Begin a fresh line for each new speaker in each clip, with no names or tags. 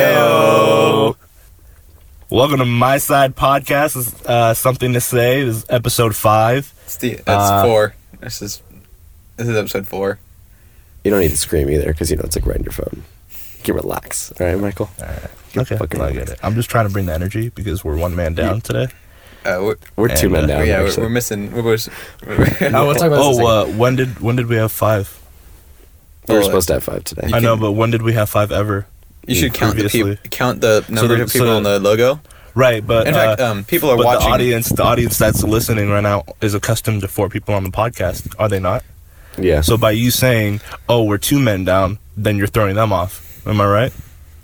Heyo. Welcome to My Side Podcast. Is uh, something to say. This is episode five.
It's the it's
Uh,
four. This is this is episode four.
You don't need to scream either because you know it's like right in your phone. You can relax. All right, Michael. All right.
Fucking I get it. I'm just trying to bring the energy because we're one man down today.
Uh, we're,
We're two
And,
men
uh,
down.
yeah, we're,
actually.
we're missing. We're, both- we're,
Oh, we'll talk about this in a
oh,
second.
uh, when did when did we have five?
We were
well,
supposed to have five today.
I know,
can-
but when did we have five ever?
you should count the
previously.
people. Count the number
the-
of people
so
on the logo.
Right, but
In fact,
uh,
um, people are
but
watching.
the audience, the audience that's listening right now is accustomed to four people on the podcast. Are they not?
Yeah.
So by you saying, "Oh, we're two men down," then you're throwing them off. Am I right?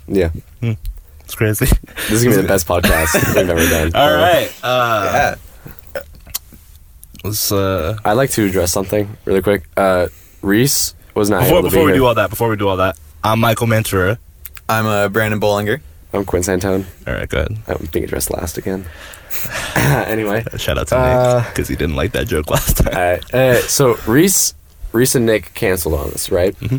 yeah.
It's crazy.
This is gonna be the best podcast we've ever done.
All right. Uh,
yeah.
let's uh,
I'd like to address something really quick. Uh, Reese was not
before
able to
before
be
we
here.
do all that. Before we do all that, I'm Michael Mantura.
I'm uh, Brandon Bollinger.
I'm Quinn Santone.
All right, go ahead.
I'm being addressed last again. anyway,
Shout out to
Uh,
Nick because he didn't like that joke last time.
All right. Uh, so Reese, Reese and Nick canceled on us, right?
Mm-hmm.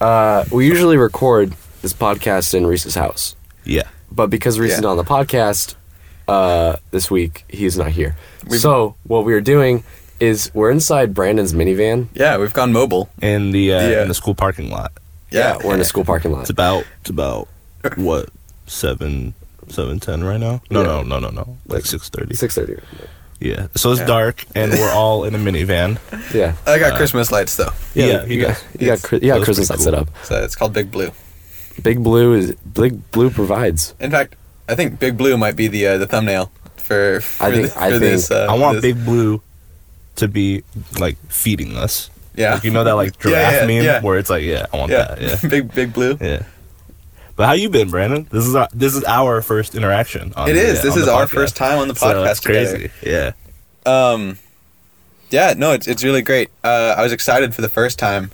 Uh, we usually record this podcast in Reese's house,
yeah.
but because Reese
Yeah.
is not on the podcast uh, this week, he's not here.
We've-
so what we are doing is we're inside Brandon's minivan.
Yeah, we've gone mobile.
In the uh,
Yeah.
in the school parking lot.
Yeah,
we're in a school parking lot.
It's about it's about what seven seven ten right now. No,
Yeah.
no, no, no, no. Like six thirty.
Six thirty.
Yeah. So it's dark, and we're all in a minivan.
Uh,
Yeah.
I got Christmas lights though,
Uh, Yeah,
you,
you
got,
guys-
you got
it's-
Chri- you got
that's
Christmas
pretty
lights set
cool.
up.
so it's called Big Blue.
Big Blue is Big Blue provides.
In fact, I think Big Blue might be the uh, the thumbnail for. for
I think-
thi- for
I think-
this, uh,
I want
this-
Big Blue to be like feeding us.
Yeah,
Like, you know that like
Yeah,
giraffe
yeah,
meme
yeah.
where it's like, yeah, I want
yeah,
that. Yeah.
Big Big Blue.
Yeah. But how you been, Brandon? This is our, this is our first interaction. On
It
the-
is.
uh,
This
on
is
the
our
podcast.
first time on the
So
podcast.
it's crazy. Yeah.
together. Um, yeah, no, it's it's really great. Uh, I was excited for the first time,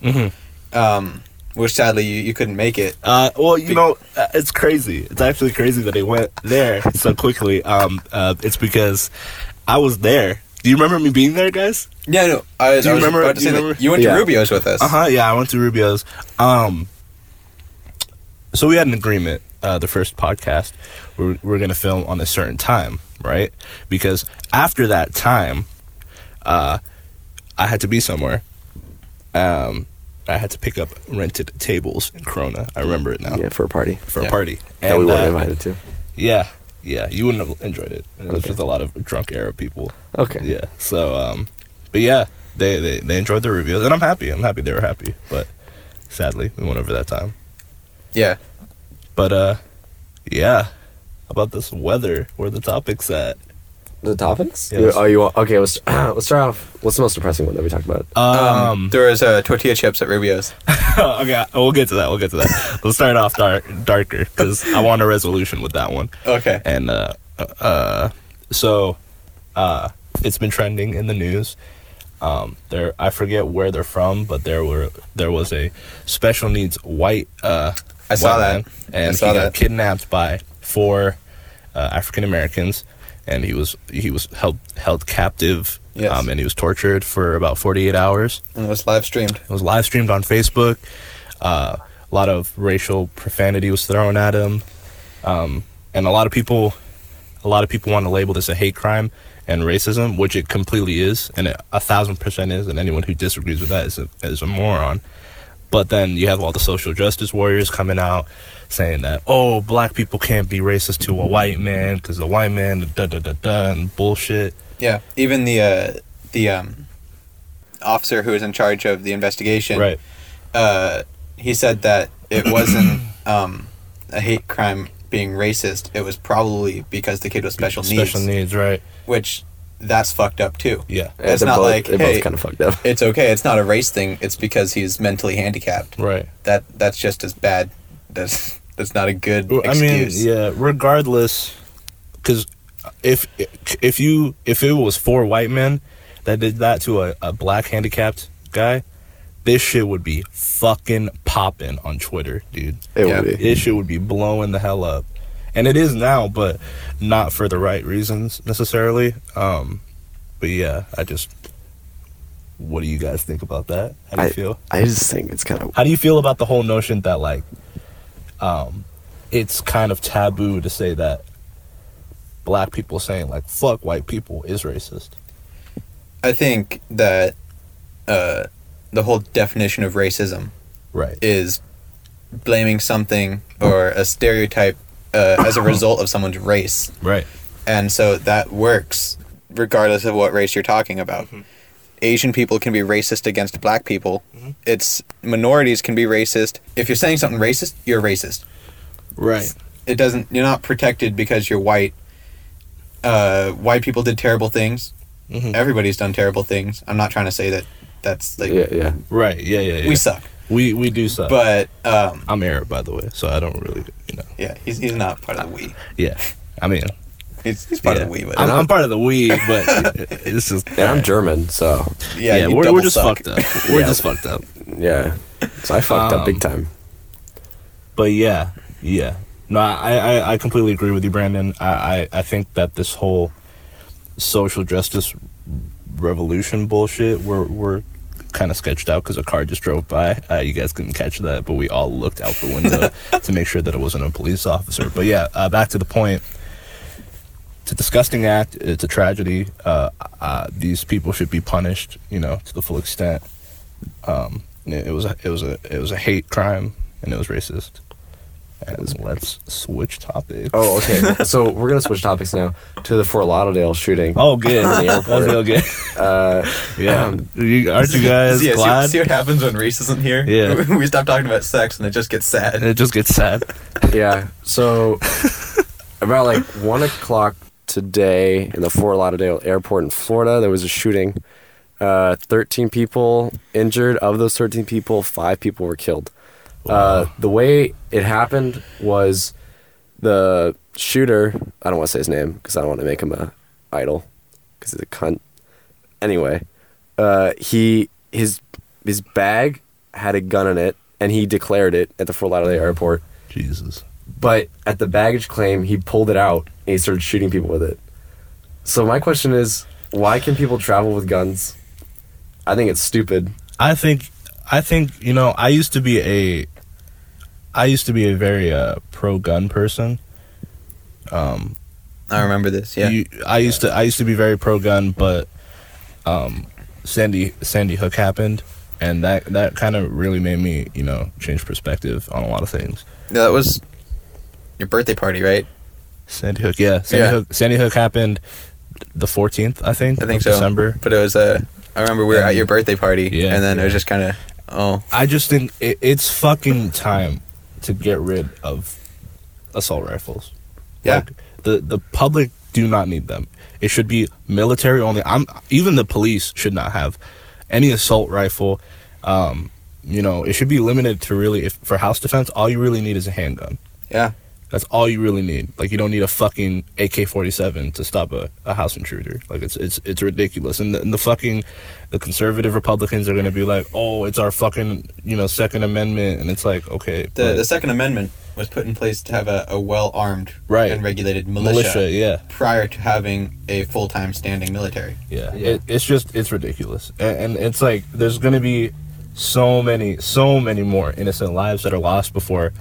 um, which sadly you, you couldn't make it.
Uh, well, you know, uh, it's crazy. It's actually crazy that it went there so quickly. Um, uh, it's because I was there. Do you remember me being there, guys?
Yeah, no, I, I
Do you
was
remember-
about to
do you
say that
remember-
you went
Yeah.
to Rubio's with us.
Uh
Uh-huh.
huh. Yeah, I went to Rubio's. Um, so we had an agreement. Uh, the first podcast, we're, we're going to film on a certain time, right? Because after that time, uh, I had to be somewhere. Um, I had to pick up rented tables in Corona. I remember it now
Yeah, for a party
for
Yeah.
a party.
that we weren't
uh,
invited to.
Yeah, yeah, you wouldn't have enjoyed it. It was
Okay.
just a lot of drunk Arab people.
Okay.
Yeah. So, um, but yeah, they, they they enjoyed the reviews, and I'm happy. I'm happy they were happy, but sadly, we went over that time.
Yeah,
But uh, yeah, How about this weather, where the topic's at.
The topics?
Yes.
Oh, you want, okay? Let's let's start off. What's the most depressing one that we talked about?
um,
Um,
there was uh, tortilla chips at Rubio's.
okay, we'll get to that. We'll get to that. Let's start off dark, darker because I want a resolution with that one.
Okay,
and uh, uh, so uh, it's been trending in the news. Um, there, I forget where they're from, but there were there was a special needs white. Uh,
I saw
white
that.
man, and
I saw
he got
that.
kidnapped by four uh, African Americans, and he was he was held held captive.
Yes.
Um, and he was tortured for about 48 hours.
and it was live streamed.
It was live streamed on Facebook. Uh, a lot of racial profanity was thrown at him, um, and a lot of people, a lot of people want to label this a hate crime and racism, which it completely is, and it a thousand percent is. And anyone who disagrees with that is a, is a moron. But then you have all the social justice warriors coming out saying that, oh, black people can't be racist to a white man because the white man, da da da da, and bullshit.
Yeah, even the uh, the um, officer who was in charge of the investigation.
Right.
uh, he said that it wasn't um, a hate crime being racist. It was probably because the kid was special,
Special
needs,
needs, right?
which that's fucked up too.
Yeah.
Yeah,
It's
they're
not
both,
like,
they're
hey,
both kind of fucked up.
it's okay. It's not a race thing. It's because he's mentally handicapped.
Right.
That that's just as bad. That's that's not a good
Well, I mean,
excuse.
yeah. Regardless, because if if you if it was four white men that did that to a, a black handicapped guy, this shit would be fucking popping on Twitter, dude.
It
yeah,
would be.
This shit would be blowing the hell up, and it is now, but not for the right reasons necessarily. Um, but yeah, I just. What do you guys think about that? How do you feel?
I just think it's kind of
How do you feel about the whole notion that like um it's kind of taboo to say that black people saying like fuck white people is racist.
I think that uh, the whole definition of racism
Right.
is blaming something or a stereotype uh, as a result of someone's race.
Right.
And so that works regardless of what race you're talking about. Asian people can be racist against black people. It's minorities can be racist. If you're saying something racist, you're racist.
Right.
It doesn't you're not protected because you're white. Uh, white people did terrible things.
Mhm.
Everybody's done terrible things. I'm not trying to say that that's like
yeah, yeah.
Right. Yeah. Yeah. yeah.
we suck.
we we do suck.
But um,
I'm Arab, by the way, so I don't really you know.
yeah, he's, he's not part of the we.
Yeah. I mean,
He's, he's part
yeah.
of the we, but uh,
I'm, I'm part of the we, but it's just
And I'm German, so
yeah,
yeah, you
we're, we're
double
just
suck.
fucked up. We're just fucked up.
yeah. So I fucked up big time.
But yeah, yeah. No, I, I, I completely agree with you, Brandon. I, I, I think that this whole social justice revolution bullshit, we're, we're kind of sketched out because a car just drove by. Uh, you guys couldn't catch that, but we all looked out the window to make sure that it wasn't a police officer. But yeah, uh, back to the point. It's a disgusting act. It's a tragedy. Uh, uh, these people should be punished, you know, to the full extent. Um, and it, it was a, it was a it was a hate crime, and it was racist. And let's switch topics.
Oh, okay. so we're gonna switch topics now to the Fort Lauderdale shooting.
Oh, good.
In the
That's
airport.
real good.
Uh,
Yeah, you, aren't you
um,
guys
yeah, see-
glad?
See, what happens when race isn't here?
Yeah.
we stop talking about sex and it just gets
And
sad.
it just gets sad.
yeah. So about like one o'clock today in the Fort Lauderdale airport in Florida, there was a shooting. Uh, Thirteen people injured. Of those thirteen people, five people were killed. Uh, the way it happened was the shooter. I don't want to say his name because I don't want to make him a idol because he's a cunt. Anyway, uh, he his his bag had a gun in it, and he declared it at the Fort Lauderdale airport.
Jesus.
But at the baggage claim, he pulled it out and he started shooting people with it. So my question is, why can people travel with guns? I think it's stupid.
I think I think you know I used to be a I used to be a very uh, pro gun person. Um,
I remember this. Yeah.
you, I used to I used to be very pro gun, but um, Sandy Sandy Hook happened, and that that kind of really made me you know change perspective on a lot of things.
Yeah, that was your birthday party, right?
Sandy Hook, yeah, Sandy
Yeah.
Hook Sandy Hook happened the fourteenth, I think.
I think
of
so.
December.
But it was Uh, I remember we were at your birthday party,
Um, Yeah,
and then it was
yeah.
just kind of, oh,
I just think it, it's fucking time to get rid of assault rifles.
Yeah.
Like, the the public do not need them. It should be military only. I'm even the police should not have any assault rifle. Um, you know, it should be limited to really if for house defense, all you really need is a handgun.
yeah,
That's all you really need. Like you don't need a fucking AK-47 to stop a, a house intruder. Like it's it's it's ridiculous. And the, and the fucking the conservative Republicans are gonna be like, oh, it's our fucking you know Second Amendment, and it's like okay,
the
but-
the Second Amendment was put in place to have a, a well armed
Right.
and regulated militia,
militia, yeah,
prior to having a full time standing military.
yeah. It, it's just it's ridiculous, and, and it's like there's gonna be so many so many more innocent lives that are lost before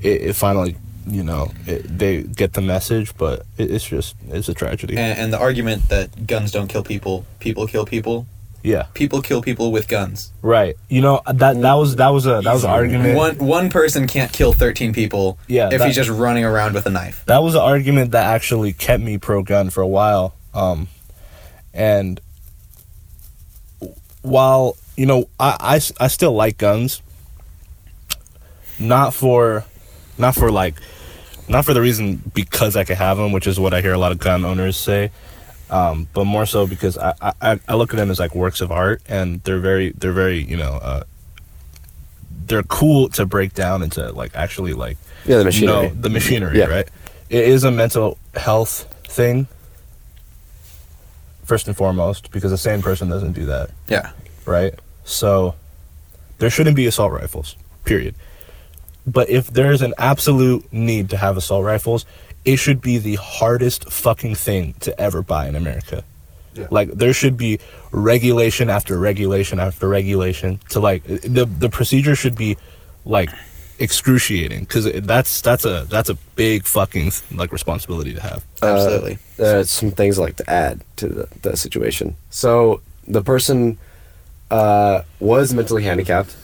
it, it finally you know it, they get the message, but it, it's just it's a tragedy.
And, and the argument that guns don't kill people, people kill people,
yeah.
people kill people with guns.
Right. You know that that was that was a that was an argument.
One one person can't kill thirteen people.
Yeah,
if
that-
he's just running around with a knife.
That was an argument that actually kept me pro gun for a while. Um, and while you know I, I s- I still like guns, not for not for like not for the reason because I could have them, which is what I hear a lot of gun owners say. Um, but more so because I, I- I, I look at them as like works of art and they're very they're very you know uh, they're cool to break down into like actually like
Yeah, the
no,
machinery.
the machinery,
Yeah.
right? It is a mental health thing, first and foremost, because a sane person doesn't do that,
Yeah,
right? So there shouldn't be assault rifles, period. But if there is an absolute need to have assault rifles, it should be the hardest fucking thing to ever buy in America. Like there should be regulation after regulation after regulation to like the the procedure should be like excruciating because that's that's a that's a big fucking like responsibility to have.
Absolutely.
uh, some things like to add to the, the situation. So the person uh, was mentally handicapped.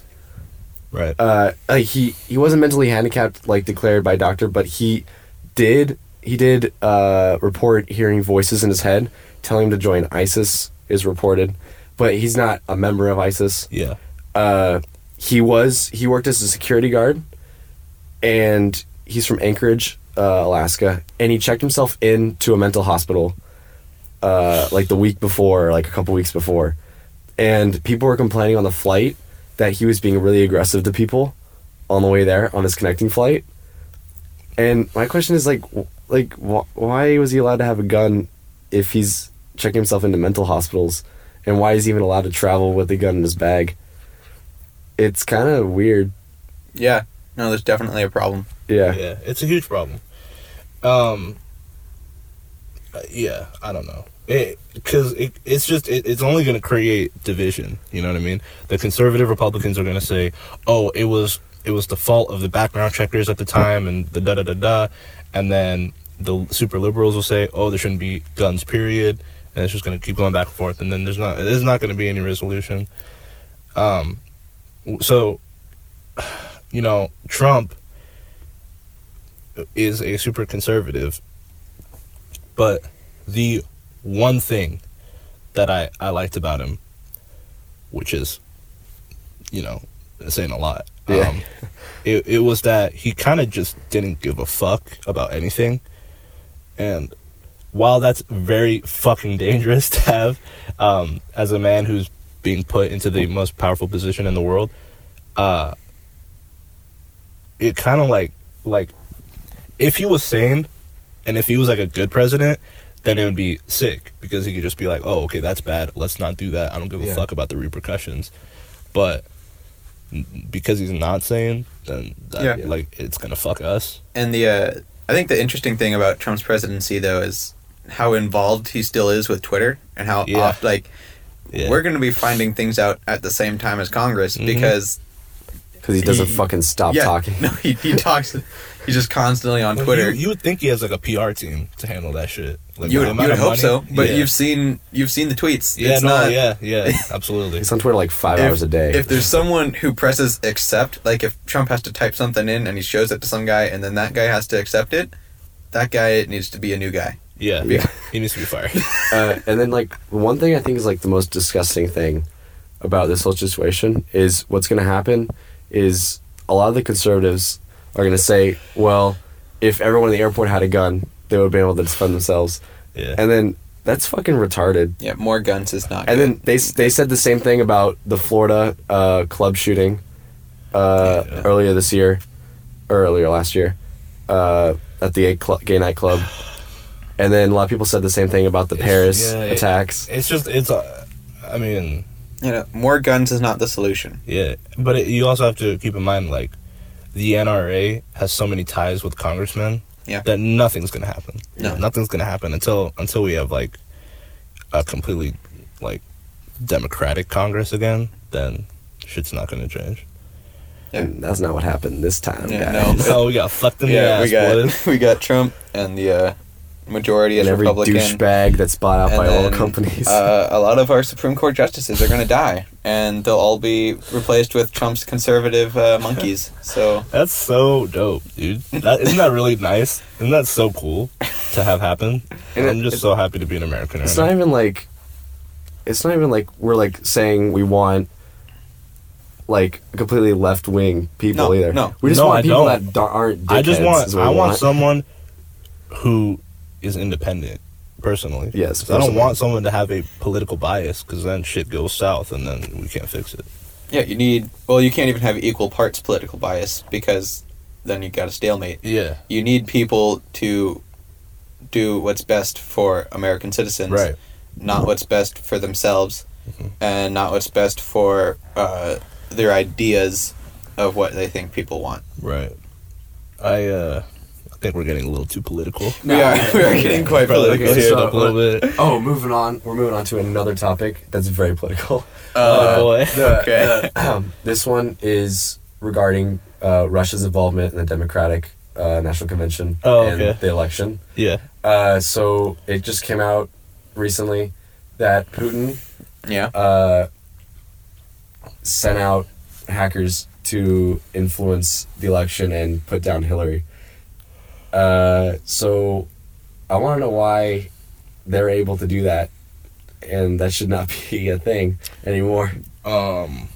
Right.
Uh, like he he wasn't mentally handicapped like declared by doctor, but he did he did uh, report hearing voices in his head telling him to join ISIS is reported, but he's not a member of ISIS
yeah.
uh, he was he worked as a security guard, and he's from Anchorage, uh, Alaska, and he checked himself into a mental hospital, uh, like the week before, like a couple weeks before, and people were complaining on the flight that he was being really aggressive to people on the way there on his connecting flight, and my question is like, w- like wh- why was he allowed to have a gun if he's checking himself into mental hospitals? And why is he even allowed to travel with a gun in his bag? it's kind of weird.
Yeah. No, there's definitely a problem.
Yeah.
Yeah, it's a huge problem. Um, uh, yeah, I don't know. Because it, it's just, it, it's only going to create division. You know what I mean? The conservative Republicans are going to say, oh, it was it was the fault of the background checkers at the time and the da da da da. And then the super liberals will say, oh, there shouldn't be guns, period. And it's just going to keep going back and forth. And then there's not, there's not going to be any resolution. Um, w- so, you know, Trump is a super conservative. But the one thing that I, I liked about him, which is, you know, saying a lot,
Yeah.
um, it, it was that he kind of just didn't give a fuck about anything. And while that's very fucking dangerous to have um, as a man who's being put into the most powerful position in the world, uh, it kind of like like if he was sane and if he was like a good president, then it would be sick because he could just be like, oh, okay, that's bad. Let's not do that. I don't give a
Yeah.
fuck about the repercussions. But n- because he's not sane, then that,
Yeah.
like it's gonna fuck us.
And the uh, I think the interesting thing about Trump's presidency though is how involved he still is with Twitter and how
Yeah.
oft like
Yeah.
we're going to be finding things out at the same time as Congress
Mhm.
because
Because he doesn't
He-
fucking stop
yeah,
talking.
No, he, he talks. He's just constantly on
Like,
Twitter.
You, you would think he has like a PR team to handle that shit. Like
You
the
would, you
amount
would
of
hope
money-
so, but
yeah.
you've seen you've seen the tweets.
yeah,
it's
no,
not,
yeah, yeah, absolutely.
He's on Twitter like five hours a day.
If there's someone who presses accept, like if Trump has to type something in and he shows it to some guy, and then that guy has to accept it, that guy needs to be a new guy.
Yeah,
Yeah.
he needs to be fired.
uh, and then like one thing I think is like the most disgusting thing about this whole situation is what's going to happen is a lot of the conservatives are going to say, well, if everyone in the airport had a gun, they would have been able to defend themselves.
Yeah,
And then that's fucking retarded.
Yeah, more guns is not.
And
good.
then they s- they said the same thing about the Florida uh, club shooting uh,
Yeah.
earlier this year, or earlier last year, uh, at the gay, cl- gay night club. And then a lot of people said the same thing about the
It's-
Paris
yeah, it-
attacks.
it's just it's. Uh, I mean,
you know, more guns is not the solution.
Yeah, but it, you also have to keep in mind like the NRA has so many ties with congressmen
Yeah.
that nothing's gonna happen.
No.
nothing's gonna happen until until we have like a completely like democratic Congress again. Then shit's not gonna change.
Yeah.
And that's not what happened this time,
Yeah,
guys.
no.
Oh, we got fucked in
yeah,
the ass,
we got
boys.
we got Trump and the uh, majority is
And every
Republican.
douchebag that's bought out
and
by oil
then,
companies.
uh, a lot of our Supreme Court justices are going to die, and they'll all be replaced with Trump's conservative uh, monkeys. So
That's so dope, dude. That, isn't that really nice? Isn't that so cool to have happen?
And it-
I'm just so happy to be an American.
it's
right
not
now.
even like it's not even like we're like saying we want like completely left wing people
No,
either.
no.
we just
No,
want
I
people
don't.
that da- aren't. Dickheads,
I just want
is what
I
we
want someone who is independent personally.
Yes,
'Cause I don't
personally.
want someone to have a political bias because then shit goes south and then we can't fix it.
yeah, you need well, you can't even have equal parts political bias because then you got a stalemate.
Yeah,
You need people to do what's best for American citizens,
right. Mm-hmm.
not what's best for themselves, and not what's best for uh, their ideas of what they think people want.
Right. I uh, I think we're getting a little too political.
we are we are getting quite
Probably
political
get
here.
teared
so-
up a little bit.
Oh, moving on. We're moving on to another topic that's very political. Uh,
oh boy.
The-
Okay.
the- this one is regarding uh, Russia's involvement in the Democratic uh, National Convention
Oh,
and
okay.
the election.
Yeah.
Uh, so it just came out recently that Putin
Yeah.
uh, sent out hackers to influence the election and put down Hillary. Uh, so I want to know why they're able to do that, and that should not be a thing anymore.
Um.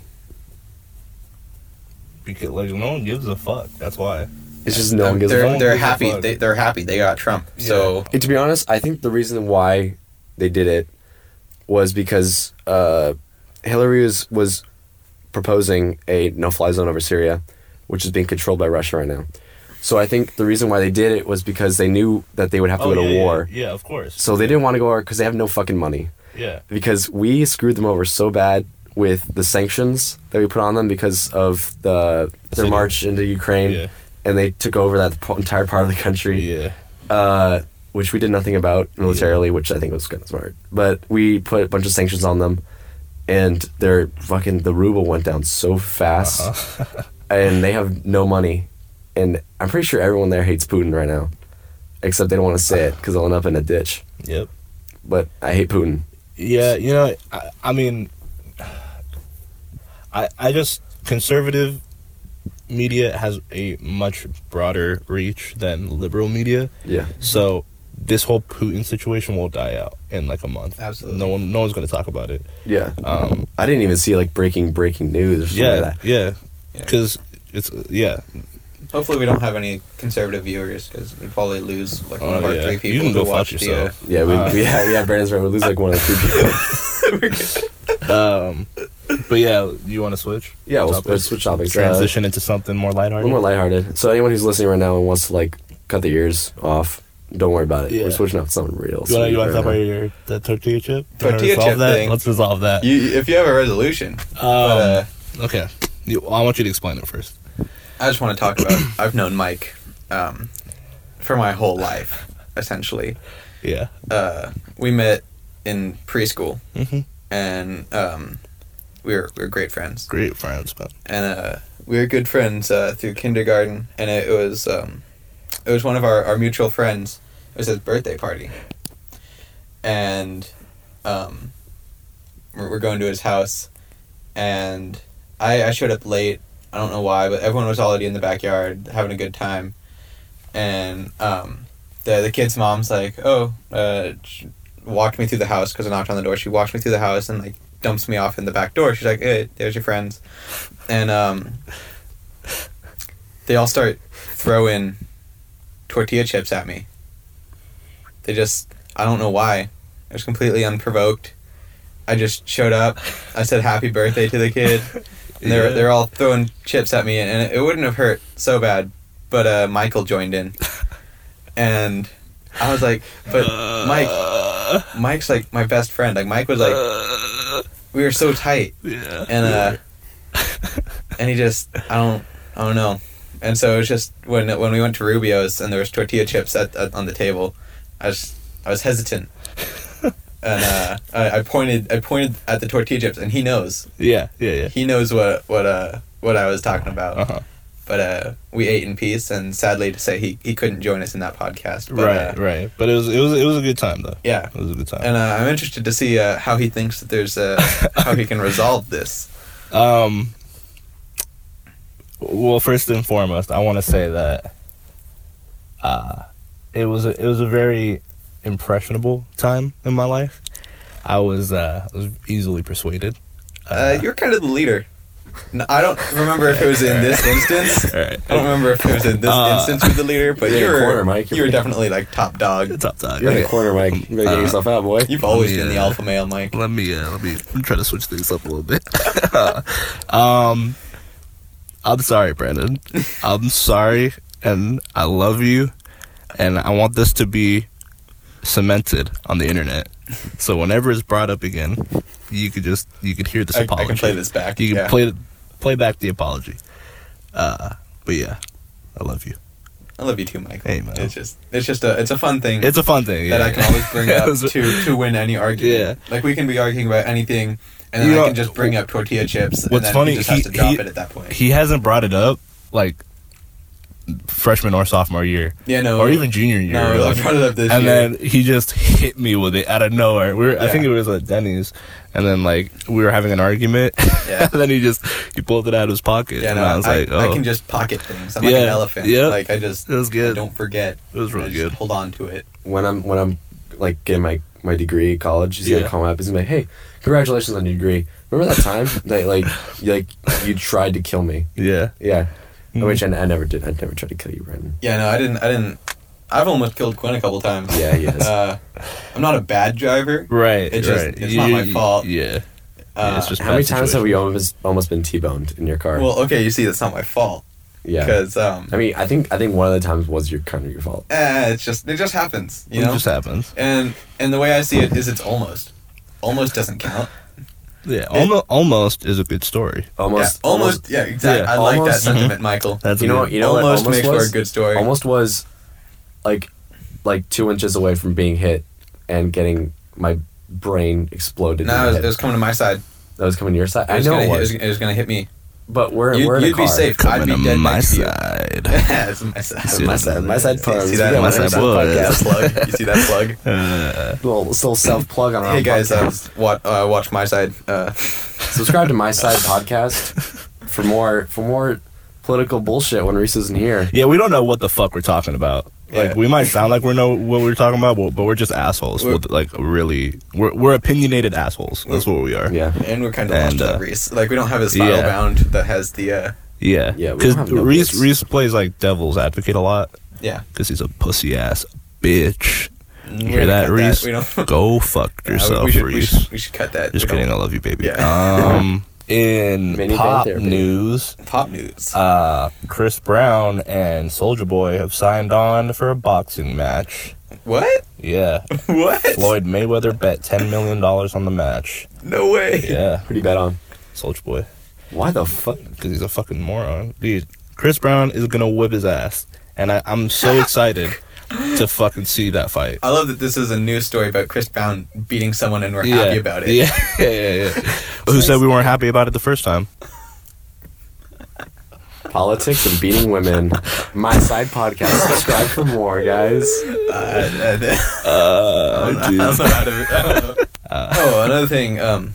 Because like no one gives a fuck. That's why.
It's just no one gives a
Um, they're they're
fuck. Who gives a
happy.
fuck?
They, they're happy. They got Trump. So
And to be honest, I think the reason why they did it was because uh, Hillary was, was proposing a no fly zone over Syria, which is being controlled by Russia right now. So I think the reason why they did it was because they knew that they would have to go to
Oh, yeah, yeah,
war.
Yeah, of course.
So they didn't want to go war because they have no fucking money.
Yeah.
Because we screwed them over so bad with the sanctions that we put on them because of the their
Syria.
march into Ukraine,
Yeah.
and they took over that po- entire part of the country
Yeah.
uh, which we did nothing about militarily, which I think was kind of smart. But we put a bunch of sanctions on them, and their fucking the ruble went down so fast, and they have no money. And I'm pretty sure everyone there hates Putin right now, except they don't want to say it because they'll end up in a ditch.
Yep.
But I hate Putin.
Yeah, you know, I, I mean, I I just conservative media has a much broader reach than liberal media,
Yeah,
so this whole Putin situation will die out in like a month.
Absolutely.
no one no one's going to talk about it.
yeah.
Um,
I didn't even see like breaking breaking news or something
yeah,
like that.
yeah,
Yeah.
because it's yeah.
hopefully we don't have any conservative viewers because we probably lose like one
Oh,
of our
yeah.
three
You
people
can
who
go
watch
fuck
the. Uh,
yourself.
Yeah, we, we, yeah, yeah. Brandon's right. We lose like one or two people.
Um, but yeah, you want to switch?
Yeah, we'll,
Topics?
we'll switch topics. Uh,
transition into something more
A
lighthearted.
little more lighthearted. So anyone who's listening right now and wants to like cut their ears off, don't worry about it.
Yeah.
We're switching up to something real.
you want to you want to
right
talk about
now.
your the tortilla chip? You wanna
Tortilla
resolve
chip
that?
thing.
Let's resolve that.
you, if you have a resolution, but,
Um,
uh,
Okay. You, well, I want you to explain it first.
I just want to talk about. I've known Mike um, for my whole life, essentially.
Yeah.
Uh, we met in preschool,
Mm-hmm.
and um, we were we were great friends.
Great friends, but
and uh, we were good friends uh, through kindergarten. And it was um, it was one of our, our mutual friends. It was his birthday party, and um, we're, we're going to his house, and I I showed up late. I don't know why, but everyone was already in the backyard having a good time, and um, the the kid's mom's like, oh. Uh, she walked me through the house because I knocked on the door. She walked me through the house and like dumps me off in the back door. She's like, "Hey, there's your friends." and um, they all start throwing tortilla chips at me. They just, I don't know why. It was completely unprovoked. I just showed up. I said happy birthday to the kid. And they're,
Yeah.
they're all throwing chips at me, and it, it wouldn't have hurt so bad. But uh, Michael joined in. And I was like, but Mike,
Uh,
Mike's like my best friend. Like, Mike was like,
uh,
we were so tight
yeah.
and uh, and he just I don't I don't know, and so it was just when when we went to Rubio's and there was tortilla chips at, at on the table, I was I was hesitant, and uh, I, I pointed I pointed at the tortilla chips and he knows
yeah, yeah, yeah.
he knows what what uh what I was talking about,
Uh huh.
but uh, we ate in peace and sadly to say he, he couldn't join us in that podcast, but,
Right,
uh,
right. But it was it was it was a good time though.
yeah.
It was a good time.
And uh, I'm interested to see uh, how he thinks that there's uh, how he can resolve this.
Um. Well, first and foremost, I want to say that uh, it was a, it was a very impressionable time in my life. I was uh, I was easily persuaded.
Uh, you're kind of the leader. No, I don't remember if it was in this instance.
All right.
I don't remember if it was in this
Uh,
instance with the leader, but
You're in
you
the
were
corner, Mike.
you were definitely like top dog.
Top dog.
You're in the corner, Mike. You better get
Uh,
yourself out, boy.
You've always been the
Yeah.
alpha male, Mike.
let me uh, let me try to switch things up a little bit. um, I'm sorry, Brandon. I'm sorry, and I love you, and I want this to be cemented on the internet. So whenever it's brought up again, you could just you could hear this
I,
apology.
I can play this back.
You can
yeah.
play play back the apology. Uh, but yeah, I love you.
I love you too, Mike.
Hey, man.
It's just it's just a it's a fun thing
It's a fun thing.
that
yeah.
I can always bring
It
up
was-
to to win any argument.
Yeah.
Like we can be arguing about anything, and then
You
I
know,
can just bring up tortilla chips.
what's
and then
funny,
He just has
he-
to drop
he-
it at that point.
he hasn't brought it up like freshman or sophomore year,
Yeah, no.
or even junior year.
No,
really.
I brought it up this
and
year.
then he just hit me with it out of nowhere. We were, I
Yeah.
think it was at Denny's, and then like we were having an argument,
Yeah.
and then he just he pulled it out of his pocket,
Yeah,
and
no,
I was like, oh,
can just pocket things. I'm like
Yeah,
an elephant.
yeah.
Like I just
It was good.
I don't forget.
It was really
I just
good.
Hold on to it.
when I'm when I'm like getting my my degree at college, he's gonna
Yeah.
call me up. He's gonna be like, "Hey, congratulations on your degree. Remember that time that like you, like you tried to kill me?
yeah,
Yeah,
Mhm.
which I, I never did. I never tried to kill you, Brandon.
Yeah, no, I didn't. I didn't. I've almost killed Quinn a couple times.
Yeah, he has.
Uh, I'm not a bad driver.
right,
It's just-
right.
it's not my fault.
Yeah,
Uh,
yeah it's just
How many
bad
times have
situation.
we almost almost been T-boned in your car?
Well, okay, you see, that's not my fault.
yeah.
Because um,
I mean, I think I think one of the times was your kind of your fault.
eh, it's just it just happens. You
It
know.
just happens.
and and the way I see it is, it's almost. Almost doesn't count.
Yeah, almost, almost is a good story.
Almost,
yeah, almost. Yeah, exactly.
Yeah, mm-hmm.
I like that
almost-
sentiment, Michael.
That's
You know,
good-
you know what
almost, makes
was?
for a good story.
Almost was like like two inches away from being hit and getting my brain exploded. in
No,
my
it was,
head.
it was coming to my side.
that was coming to your side.
It
I
was
know
gonna,
it
hit-
was,
It was, it was gonna hit me.
but we're
You'd-
we're in a
you'd be
car.
safe. I'd be
coming to
dead
my
next to you.
side.
Yeah, it's my side.
See
My side, my side puns.
See that?
Yeah,
My
my
side
side
was.
That
podcast.
plug. You see that plug?
little, little self plug on our
Um,
hey
own
guys,
podcast.
uh, watch, uh, watch my side. Uh,
subscribe to my side podcast for more for more political bullshit when Reese isn't here.
Yeah, we don't know what the fuck we're talking about. Like,
Yeah.
we might sound like we know what we're talking about, but, but we're just assholes.
We're-
with, like, really, we're, we're opinionated assholes. That's what we are.
Yeah,
and we're kind of
And,
lost
uh,
on Reese. Like we don't have his spiral
yeah.
bound that has the. Uh,
yeah,
Yeah, we
Because
don't have no
Reese
votes.
Reese plays like devil's advocate a lot
yeah.
because he's a pussy ass bitch.
We're
Hear
gonna
that,
cut
Reese?
Mm, We don't.
Go fuck
Yeah, we-
yourself,
Uh, we, should, we,
Reese.
should, we should cut that.
Just
We don't-
kidding, I love you, baby.
Yeah.
Um, in
Mini band
pop
therapy.
news,
Pop news.
uh, Chris Brown and Soldier Boy have signed on for a boxing match.
what?
Yeah,
What?
Floyd Mayweather bet ten million dollars on the match.
No way.
Yeah,
pretty bad on.
Soldier Boy,
Why the fuck?
because he's a fucking moron. Dude, Chris Brown is gonna whip his ass, and I, I'm so excited to fucking see that fight.
I love that this is a news story about Chris Brown beating someone, and we're happy about it.
Yeah, yeah, yeah. yeah. Who said we weren't happy about it the first time?
Politics and beating women. My side podcast. Subscribe for more, guys.
Uh, uh,
Uh,
I don't know how to- I don't know. oh, another thing. Um,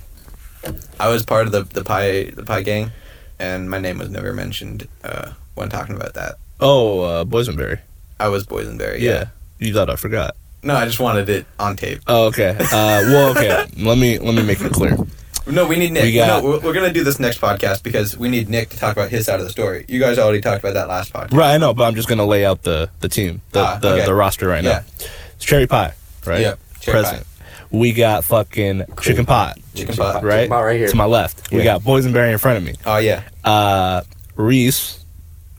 I was part of the the pie the pie gang, and my name was never mentioned uh, when talking about that.
Oh, uh, Boysenberry.
I was Boysenberry.
Yeah. you thought I forgot.
No, I just wanted it on tape.
Oh, okay. Uh, well, okay. let me let me make it clear.
No, we need Nick.
We got-
no, we're, we're gonna do this next podcast because we need Nick to talk about his side of the story. You guys already talked about that last podcast.
Right, I know, but I'm just gonna lay out the the team, the
Ah,
the,
okay.
the roster right
Yeah.
now. It's cherry pie, right?
Yeah, cherry
Present. We got fucking chicken pot,
Chicken pot.
right?
About right here.
to my left. We
Yeah.
got Boysenberry in front of me.
Oh yeah.
Uh, Reese,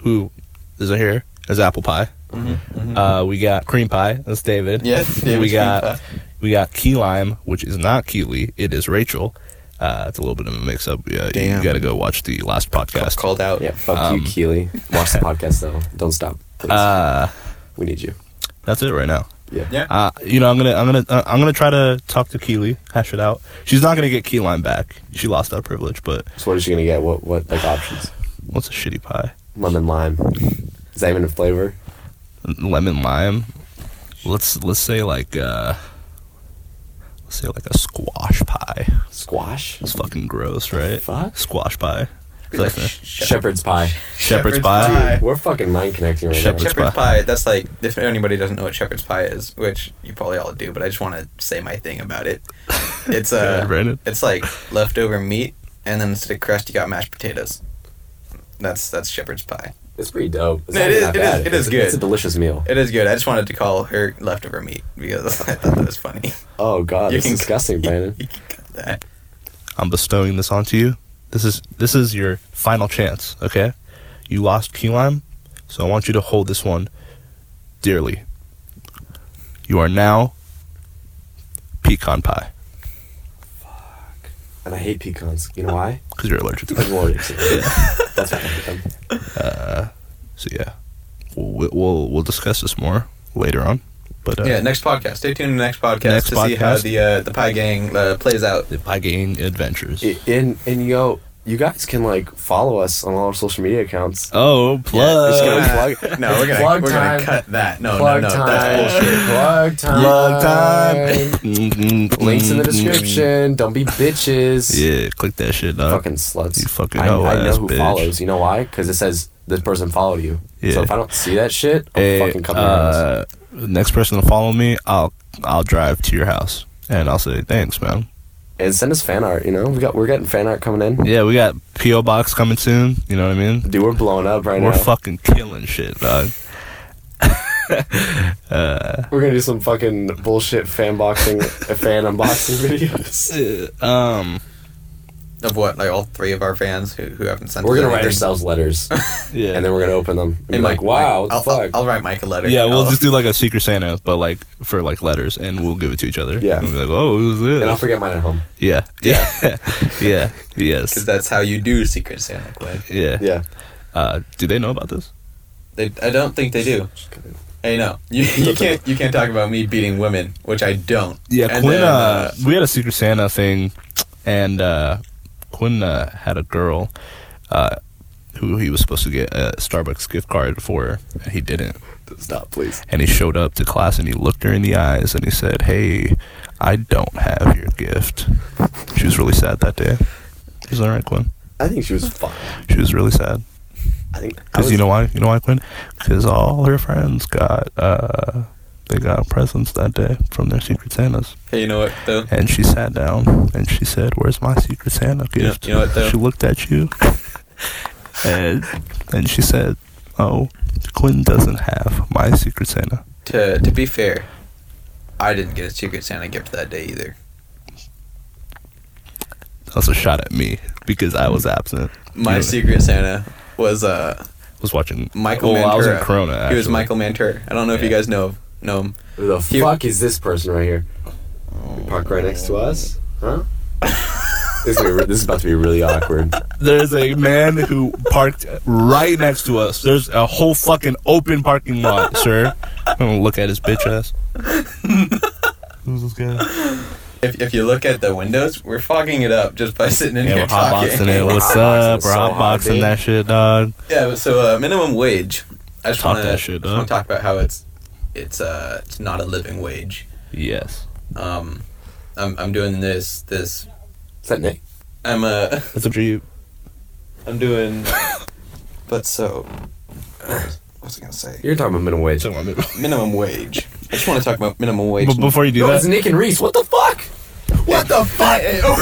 who is here, is apple pie. Uh, we got cream pie. That's David.
Mm-hmm, Yes.
we got we got key lime, which is not Keely. It is Rachel. Uh, it's a little bit of a mix up. Yeah, you- you
Damn.
got to go watch the last podcast.
called out.
Yeah, fuck
Um,
you, Keely. Watch the podcast though. Don't stop. Please.
Uh,
we need you.
that's it right now.
Yeah.
Yeah.
Uh, you know, I'm gonna, I'm gonna, uh, I'm gonna try to talk to Keely, hash it out. She's not gonna get key lime back. She lost that privilege, but
So what is she gonna get? What what like options?
what's a shitty pie?
Lemon lime. Is that even a flavor?
Lemon lime. Let's let's say like uh, let's say like a squash pie.
Squash.
It's fucking gross, right?
Fuck.
Squash pie.
Like,
Shepherd's,
Shepherd's pie.
shepherd's
pie.
pie.
We're fucking mind connecting right
Shepherd's
now.
Shepherd's
pie.
pie. That's like if anybody doesn't know what shepherd's pie is, which you probably all do, but I just want to say my thing about it. It's
Yeah,
uh,
Brandon.
it's like leftover meat, and then instead of crust, you got mashed potatoes. That's that's shepherd's pie.
It's pretty dope. It's
No, it
actually
is-
not
it is-
bad.
it
It's-
is good.
It's a delicious meal.
It is good. I just wanted to call her leftover meat because I thought that was funny.
Oh god,
You
it's
can-
disgusting, Brandon.
You can cut that.
I'm bestowing this onto you. This is this is your final chance, okay? You lost key lime, so I want you to hold this one dearly. You are now pecan pie
And I hate pecans. You know why?
because you're allergic to
I'm
them.
allergic to them. That's why I hate them.
So yeah, we'll we'll, we'll discuss this more later on. But uh,
Yeah, next podcast. Stay tuned to the next podcast
Next
to see how
podcast.
the uh, the pie gang uh, plays out.
the pie gang adventures.
I- And and yo, you guys can like follow us on all our social media accounts.
Oh,
Just
plug.
gonna
Uh,
plug-
no, we're gonna
plug
we're
time.
gonna cut that. No, no,
plug
no,
time.
that's bullshit.
Plug time.
Plug time.
Links in the description. Don't be bitches.
Mm-hmm. Yeah, click that shit, dog.
Fucking sluts.
You fucking
I, I know
hoe-ass
who
bitch.
follows. You know why? Because it says this person followed you.
Yeah.
So if I don't see that shit, I'm
Hey,
fucking coming uh,
uh, next person to follow me, I'll I'll drive to your house and I'll say thanks, man.
and send us fan art. You know, we got we're getting fan art coming in.
Yeah, we got PO box coming soon. You know what I mean?
Dude, we're blowing up right
We're
now.
fucking killing shit, dog.
we're gonna do some fucking bullshit fan boxing, fan unboxing videos.
Um,
Of what? Like all three of our fans who, who haven't sent.
We're
us
gonna write
anything.
ourselves letters,
yeah,
and then we're gonna open them and, be
And
like,
Mike-
"Wow, what
I'll,
the
I'll,
fuck."
I'll write Mike a letter.
yeah. We'll
I'll-
just do like a Secret Santa, but like for like letters, and we'll give it to each other.
Yeah.
and we'll be like, oh, who's this?
and I'll forget mine at home.
yeah, yeah, yeah, yes,
Because that's how you do Secret Santa, Quinn.
yeah.
Yeah.
Uh, do they know about this?
They, I don't think they do. Hey, no, you, you can't you can't talk about me beating women, which I don't.
Yeah,
And
Quinn.
then,
uh, we had a Secret Santa thing, and uh, Quinn uh, had a girl uh, who he was supposed to get a Starbucks gift card for, and he didn't.
Stop, please.
And he showed up to class, and he looked her in the eyes, and he said, "Hey, I don't have your gift." She was really sad that day. It was all right, Quinn.
I think she was fine.
She was really sad
I think I
because
was,
you know why? You know why, Quinn? Because all her friends got uh, they got presents that day from their Secret Santas.
hey, you know what though?
And she sat down and she said, "Where's my Secret Santa
You know-
gift?"
you know what, though?
She looked at you, and and she said, "Oh, Quinn doesn't have my Secret Santa."
To to be fair, I didn't get a Secret Santa gift that day either.
That was a shot at me because I was absent.
My
Yeah.
Secret Santa was uh
I was watching
Michael.
Oh, Well,
Mantura.
I was in Corona.
He was
actually.
Michael Mantura. I don't know if you
Yeah.
guys know know him.
Who the
He-
fuck is this person right here? Park right next to us, huh? this, is gonna be re- this is about to be really awkward.
There's a man who parked right next to us. There's a whole fucking open parking lot, sir. I'm gonna look at his bitch ass. Who's this guy?
If, if you look at the windows, we're fogging it up just by sitting in
Yeah,
here
we're hotboxing
talking.
it. What's
Hotboxing
up?
is
We're
so hot,
hotboxing
dude.
that shit, dog.
Yeah, but so uh, minimum wage. I just
Talk
want
that shit
to
up.
talk about how it's it's uh it's not a living wage.
Yes.
Um, I'm I'm doing this this
Is that Nick?
I'm uh
That's up to you.
I'm doing. but so, what's I gonna say?
You're talking about minimum wage.
Minimum wage. I just want to talk about minimum wage.
But before you do
No, it's
that,
Nick and Reese. What the fuck? What the fuck?
oh,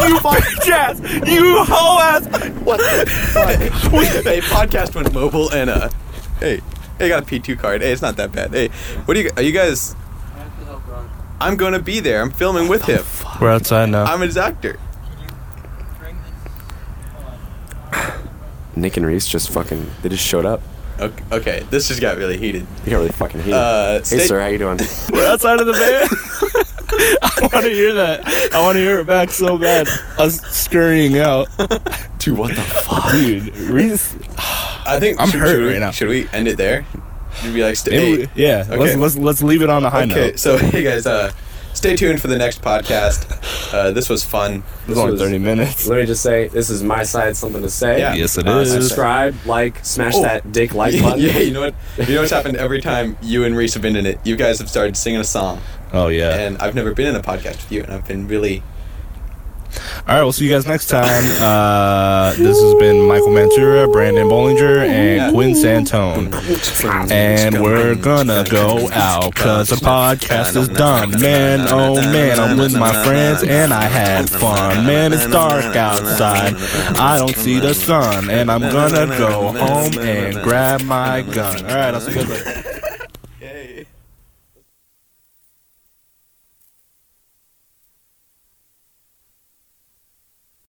you bitch ass, you hoe ass.
what? hey, podcast went mobile and uh, hey, I got a P two card. Hey, it's not that bad. Hey, what are you? Are you guys? I'm gonna be there. I'm filming with him.
We're outside now.
I'm his actor.
Nick and Reese just fucking. They just showed up.
Okay, okay, this just got really heated.
You got really fucking heated.
Uh,
hey
stay-
sir, how you doing?
We're outside of the van. I want to hear that. I want to hear it back so bad. Us scurrying out,
Dude, what the fuck?
dude. Reese,
I think
I'm
should,
hurt
should we,
right now.
Should we end it there? Should we like stay?
maybe we- yeah. Let's
Okay.
let's let's leave it on a high
Okay,
note.
so hey guys, uh, stay tuned for the next podcast. Uh, this was fun.
It was only
was-
thirty minutes.
Let me just say, this is my side. Something to say.
Yeah.
Yes, it
Uh,
is.
subscribe, like, smash
Oh.
that dick like
yeah,
button.
you know what? You know what's happened every time you and Reese have been in it. You guys have started singing a song,
Oh yeah.
and I've never been in a podcast with you, and I've been really.
All right. We'll see you guys next time. Uh, this has been Michael Mantura, Brandon Bollinger, and Quinn Santone. And we're gonna go out because the podcast is done. Man, oh man, I'm with my friends and I had fun. Man, it's dark outside. I don't see the sun. And I'm gonna go home and grab my gun. Alright, I'll see you guys later.